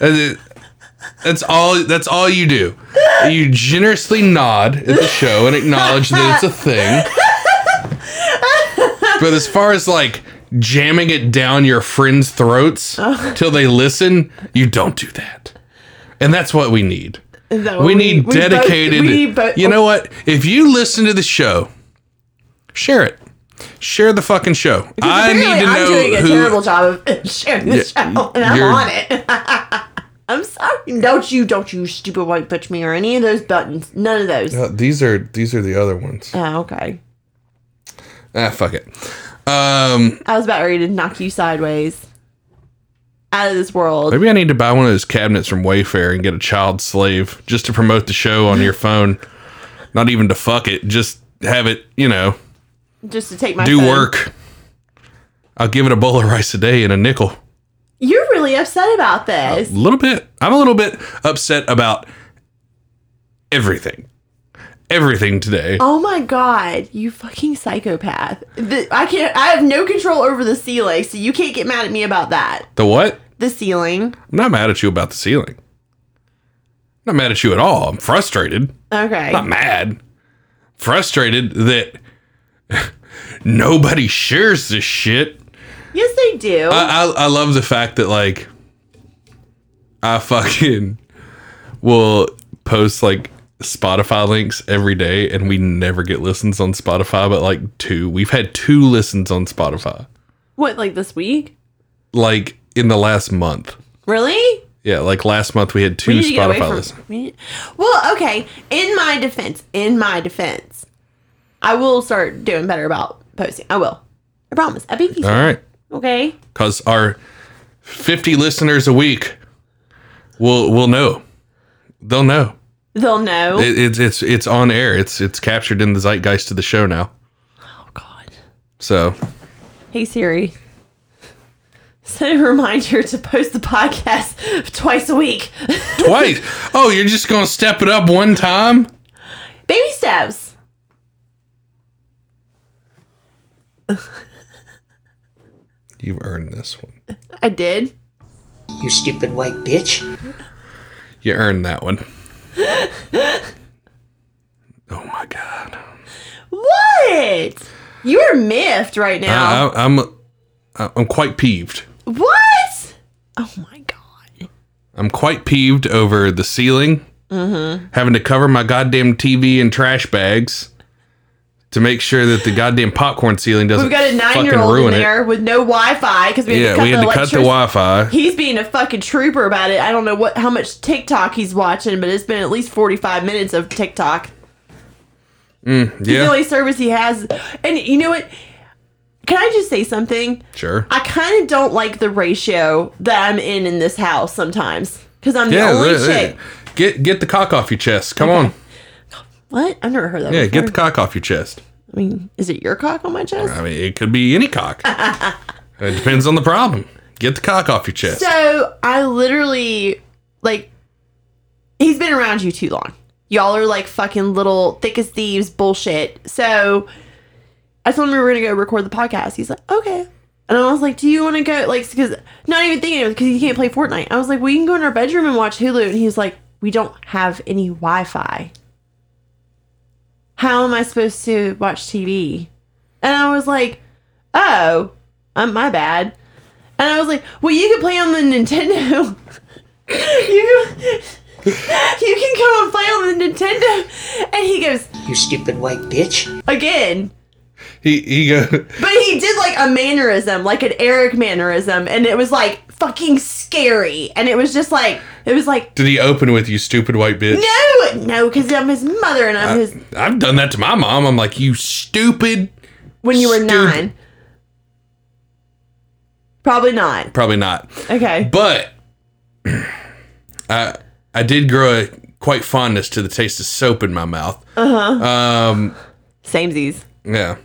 A: And it- That's all. That's all you do. You generously nod at the show and acknowledge that it's a thing. But as far as like jamming it down your friends' throats
B: Oh.
A: till they listen, you don't do that. And that's what we need.
B: Is that what
A: We need
B: we both-
A: dedicated.
B: we need both-
A: you know what? If you listen to the show, share it. Share the fucking show. I need
B: Apparently,
A: to
B: I'm
A: know
B: doing a
A: who.
B: terrible job of (laughs) sharing the show, and I'm
A: you're-
B: on it. (laughs) I'm sorry. Don't you, don't you, stupid white bitch me or any of those buttons. None of those.
A: Uh, these are these are the other ones.
B: Oh, okay.
A: Ah, fuck it. Um,
B: I was about ready to knock you sideways out of this world.
A: maybe I need to buy one of those cabinets from Wayfair and get a child slave just to promote the show on your phone. Not even to fuck it, just have it. You know,
B: Just to take my
A: do
B: phone.
A: work. I'll give it a bowl of rice a day and a nickel.
B: You're really upset about this.
A: A little bit. I'm a little bit upset about everything. Everything today.
B: Oh my god, you fucking psychopath. The, I can't I have no control over the ceiling, so you can't get mad at me about that.
A: The what?
B: The ceiling.
A: I'm not mad at you about the ceiling. I'm not mad at you at all. I'm frustrated.
B: Okay.
A: not mad, frustrated that (laughs) nobody shares this shit.
B: yes they do.
A: I, I I love the fact that like I fucking will post like Spotify links every day, and we never get listens on Spotify, but like two. We've had two listens on Spotify,
B: what, like this week?
A: like in the last month.
B: Really?
A: Yeah, like last month we had two
B: We need to get away
A: Spotify listens.
B: from me. Well, okay. In my defense, in my defense, I will start doing better about posting. I will. I promise. I think you
A: All right.
B: okay.
A: because our 50 listeners a week will will know they'll know
B: They'll know.
A: it, it's it's it's on air it's it's captured in the zeitgeist of the show now
B: oh god.
A: so
B: Hey Siri. Set a reminder to post the podcast twice a week.
A: twice oh you're just gonna step it up one time
B: Baby steps.
A: you've earned this one
B: I did.
F: You stupid white bitch.
A: you earned that
B: (laughs)
A: one oh my god
B: What? You are miffed right
A: I,
B: now.
A: I, i'm i'm quite peeved
B: what? Oh my god.
A: i'm quite peeved over the ceiling having to cover my goddamn tv in trash bags to make sure that the goddamn popcorn ceiling doesn't
B: We've got a
A: fucking
B: nine-year-old in
A: ruin it.
B: there with no Wi-Fi because we had to
A: Yeah,
B: cut
A: we had
B: the
A: to cut the
B: electricity.
A: Wi-Fi.
B: He's being a fucking trooper about it. I don't know what how much TikTok he's watching, but it's been at least forty-five minutes of TikTok. It's The
A: Yeah,
B: only service he has, and you know what? Can I just say something?
A: sure.
B: I kind of don't like the ratio that I'm in in this house sometimes because I'm
A: yeah,
B: the only
A: li- li-
B: chick.
A: get get the cock off your chest. Come on.
B: What? I've never heard that.
A: Yeah,
B: before.
A: get the cock off your chest.
B: I mean, is it your cock on my chest?
A: I mean, it could be any
B: (laughs)
A: cock. it depends on the problem. Get the cock off your chest.
B: So I literally like he's been around you too long. Y'all are like fucking little thick as thieves bullshit. So I told him we were gonna go record the podcast. He's like, okay. And I was like, do you want to go? Like, because not even thinking it was because you can't play Fortnite. I was like, we can go in our bedroom and watch Hulu. And he was like, we don't have any Wi Fi. How am I supposed to watch TV? And I was like, oh, um, my bad. And I was like, well, you can play on the Nintendo. (laughs) you, you can go and play on the Nintendo. And he goes,
F: You stupid white bitch.
B: again.
A: He he go. (laughs)
B: But he did like a mannerism, like an Eric mannerism. And it was like fucking scary. And it was just like, it was like,
A: Did he open with you, stupid white bitch?
B: no, no, because I'm his mother and
A: Uh,
B: I'm his,
A: I've done that to my mom. I'm like, you stupid.
B: when you were
A: stupid.
B: nine. Probably not.
A: Probably not.
B: Okay.
A: But I I did grow a quite fondness to the taste of soap in my mouth.
B: Samesies.
A: Yeah.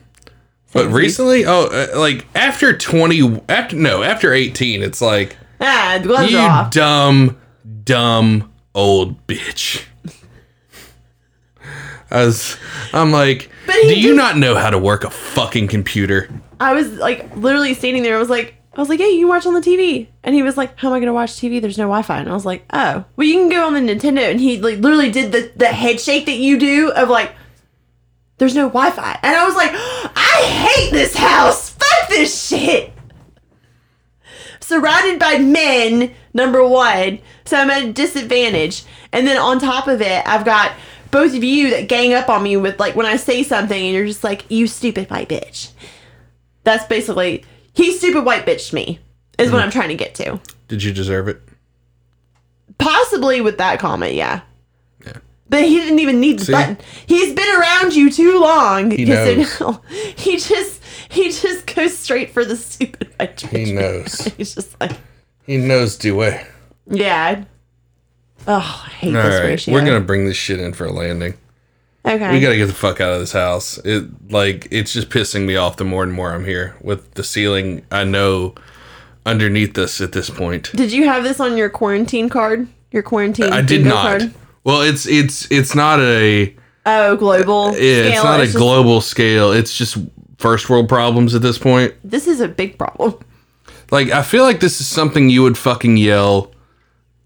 A: But recently, oh, uh, like after 20, after no, after 18, it's like,
B: Ah, the gloves
A: you
B: are off.
A: dumb, dumb old bitch. I was, I'm like,
B: But he
A: do you
B: did-
A: not know how to work a fucking computer?
B: I was like literally standing there. I was like, I was like, hey, you can watch on the TV. And he was like, how am I going to watch TV? There's no Wi Fi. And I was like, oh, well, you can go on the Nintendo. And he like literally did the, the head shake that you do of like, there's no Wi Fi. And I was like, (gasps) I hate this house. Fuck this shit. Surrounded by men, number one. So I'm at a disadvantage. And then on top of it, I've got both of you that gang up on me with like when I say something and you're just like, you stupid white bitch. That's basically he stupid white bitched me is
A: Mm-hmm.
B: what I'm trying to get to.
A: Did you deserve it?
B: Possibly with that comment, yeah.
A: Yeah.
B: But he didn't even need the
A: See?
B: button. He's been around you too long. He
A: knows.
B: he just he just goes straight for the stupid white bitch.
A: He knows.
B: He's just like,
A: he knows Dewey.
B: yeah. Oh, I hate
A: All
B: this
A: right,
B: ratio.
A: we're gonna bring this shit in for a landing.
B: okay.
A: We gotta get the fuck out of this house. It like it's just pissing me off the more and more I'm here with the ceiling. I know underneath us at this point.
B: Did you have this on your quarantine card? Your quarantine.
A: I did
B: bingo
A: not. Well, it's it's it's not a yeah,
B: Oh, global.
A: Uh, it's
B: scale,
A: not a
B: just-
A: global scale. It's just first world problems at this point.
B: This is a big problem.
A: Like I feel like this is something you would fucking yell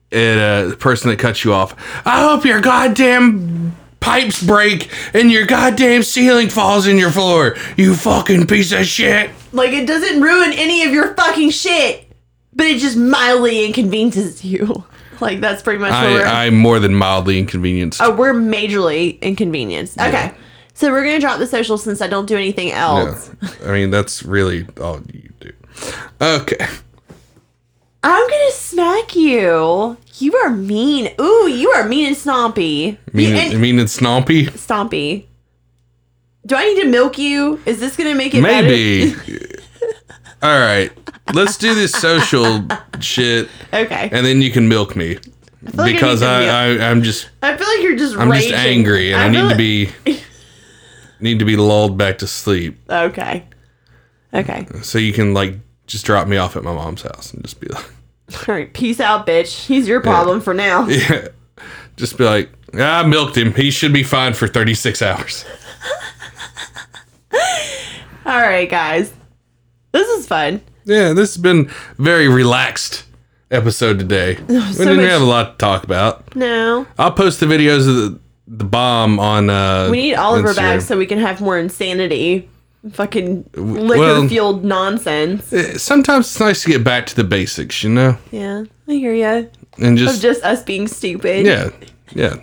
A: at a person that cuts you off. I hope your goddamn pipes break and your goddamn ceiling falls in your floor. You fucking piece of shit.
B: Like it doesn't ruin any of your fucking shit, but it just mildly inconveniences you. (laughs) Like that's pretty much where we're.
A: I, I'm more than mildly inconvenienced.
B: oh, we're majorly inconvenienced. Okay, so we're gonna drop the social since I don't do anything else.
A: Yeah. I mean, that's really all you do. Okay.
B: I'm gonna smack you. You are mean. Ooh, you are mean and stompy.
A: Mean,
B: You- and
A: mean and snompy?
B: stompy. Do I need to milk you? Is this gonna make it better?
A: Maybe.
B: (laughs)
A: all right. Let's do this social shit
B: Okay.
A: and then you can milk me.
B: like I
A: Because
B: need to
A: I,
B: milk.
A: I, I, am just
B: I feel like you're just.
A: I'm
B: raging.
A: just angry and I,
B: feel
A: need to
B: like-
A: be
B: (laughs)
A: need to be lulled back to sleep.
B: Okay. Okay.
A: So you can like just drop me off at my mom's house and just be like (laughs)
B: All right. Peace out, bitch. He's your problem for now.
A: Yeah. Just be like, "Ah, I milked him. He should be fine for 36 hours.
B: (laughs) All right, guys. This is fun.
A: Yeah, this has been a very relaxed episode today.
B: (laughs)
A: we didn't
B: much-
A: have a lot to talk about.
B: No.
A: I'll post the videos of the, the bomb on. Uh,
B: We need Oliver
A: Instagram.
B: back so we can have more insanity. Fucking
A: well-
B: liquor fueled nonsense.
A: Eh, Sometimes it's nice to get back to the basics, you know,
B: Yeah, I hear you.
A: and just,
B: Of just us being stupid.
A: yeah, yeah.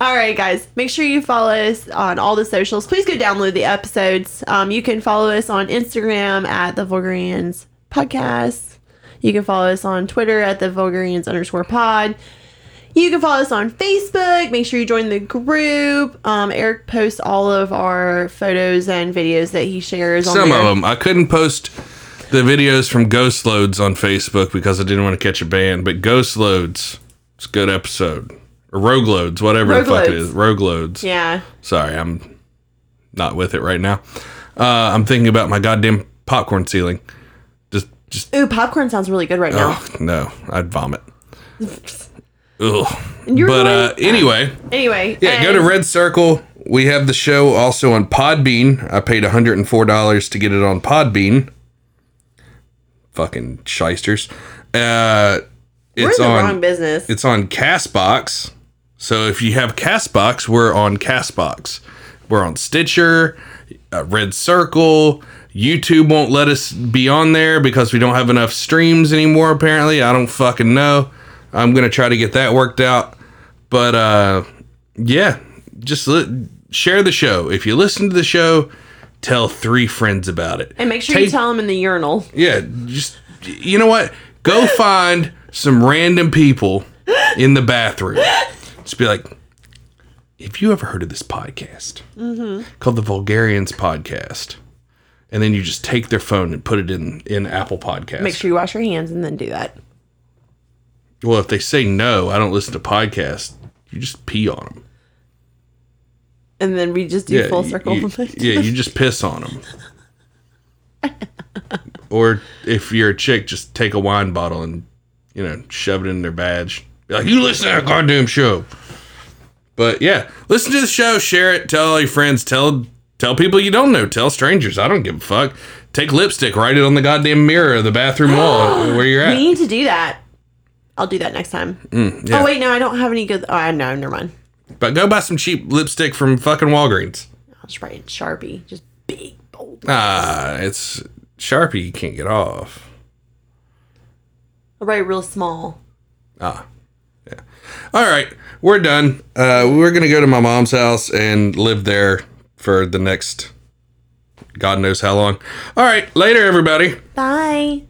B: All right, guys. Make sure you follow us on all the socials. Please go download the episodes. Um, you can follow us on Instagram at the Vulgarians Podcast. You can follow us on Twitter at the Vulgarians underscore pod. You can follow us on Facebook. Make sure you join the group. Um, Eric posts all of our photos and videos that he shares. on
A: Some of
B: there.
A: them I couldn't post the videos from Ghost Loads on Facebook because I didn't want to catch a ban. But Ghost Loads, it's a good episode. Or Rogue Loads, whatever the
B: Rogue
A: fuck it
B: Loads.
A: is. Rogue Loads.
B: Yeah.
A: Sorry, I'm not with it right now. Uh, I'm thinking about my goddamn popcorn ceiling. Just, just
B: Ooh, popcorn sounds really good right now.
A: oh, no, I'd
B: (laughs)
A: vomit. Ugh.
B: You're
A: but uh,
B: really-
A: anyway,
B: Anyway,
A: yeah, go to
B: and-
A: Red Circle. We have the show also on Podbean. I paid $104 to get it on Podbean. Fucking shysters. Uh,
B: We're
A: it's
B: in the
A: on
B: wrong business.
A: it's on Castbox. So if you have Castbox, we're on Castbox. We're on Stitcher, uh, Red Circle. YouTube won't let us be on there because we don't have enough streams anymore. Apparently, I don't fucking know. I'm gonna try to get that worked out. But uh, yeah, just li- share the show. If you listen to the show, tell three friends about it.
B: and make sure you
A: Take-
B: tell them in the urinal.
A: yeah, just you know what? Go find some random people in the bathroom. Just be like, "Have you ever heard of this podcast
B: Mm-hmm.
A: called the Vulgarians Podcast?" And then you just take their phone and put it in in Apple Podcast.
B: Make sure you wash your hands and then do that.
A: Well, if they say no, I don't listen to podcasts. You just pee on them.
B: And then we just do full
A: you-
B: circle. (laughs)
A: You, yeah, you just piss on them. or if you're a chick, just take a wine bottle and you know shove it in their badge. Be like, you listen to our goddamn show. But yeah, listen to the show, share it, tell all your friends, tell tell people you don't know, tell strangers. I don't give a fuck. Take lipstick, write it on the goddamn mirror of the bathroom
B: (gasps)
A: wall where you're
B: we
A: at.
B: need to do that. I'll do that next time.
A: Mm, yeah.
B: Oh wait, no, I don't have any good. Oh, I know, never mind.
A: But go buy some cheap lipstick from fucking Walgreens.
B: I'll just write in Sharpie, just big bold.
A: Ah, it's Sharpie. You can't get off.
B: I'll write real small.
A: All right, we're done. Uh, we're gonna go to my mom's house and live there for the next, God knows how long. All right, later, everybody.
B: Bye.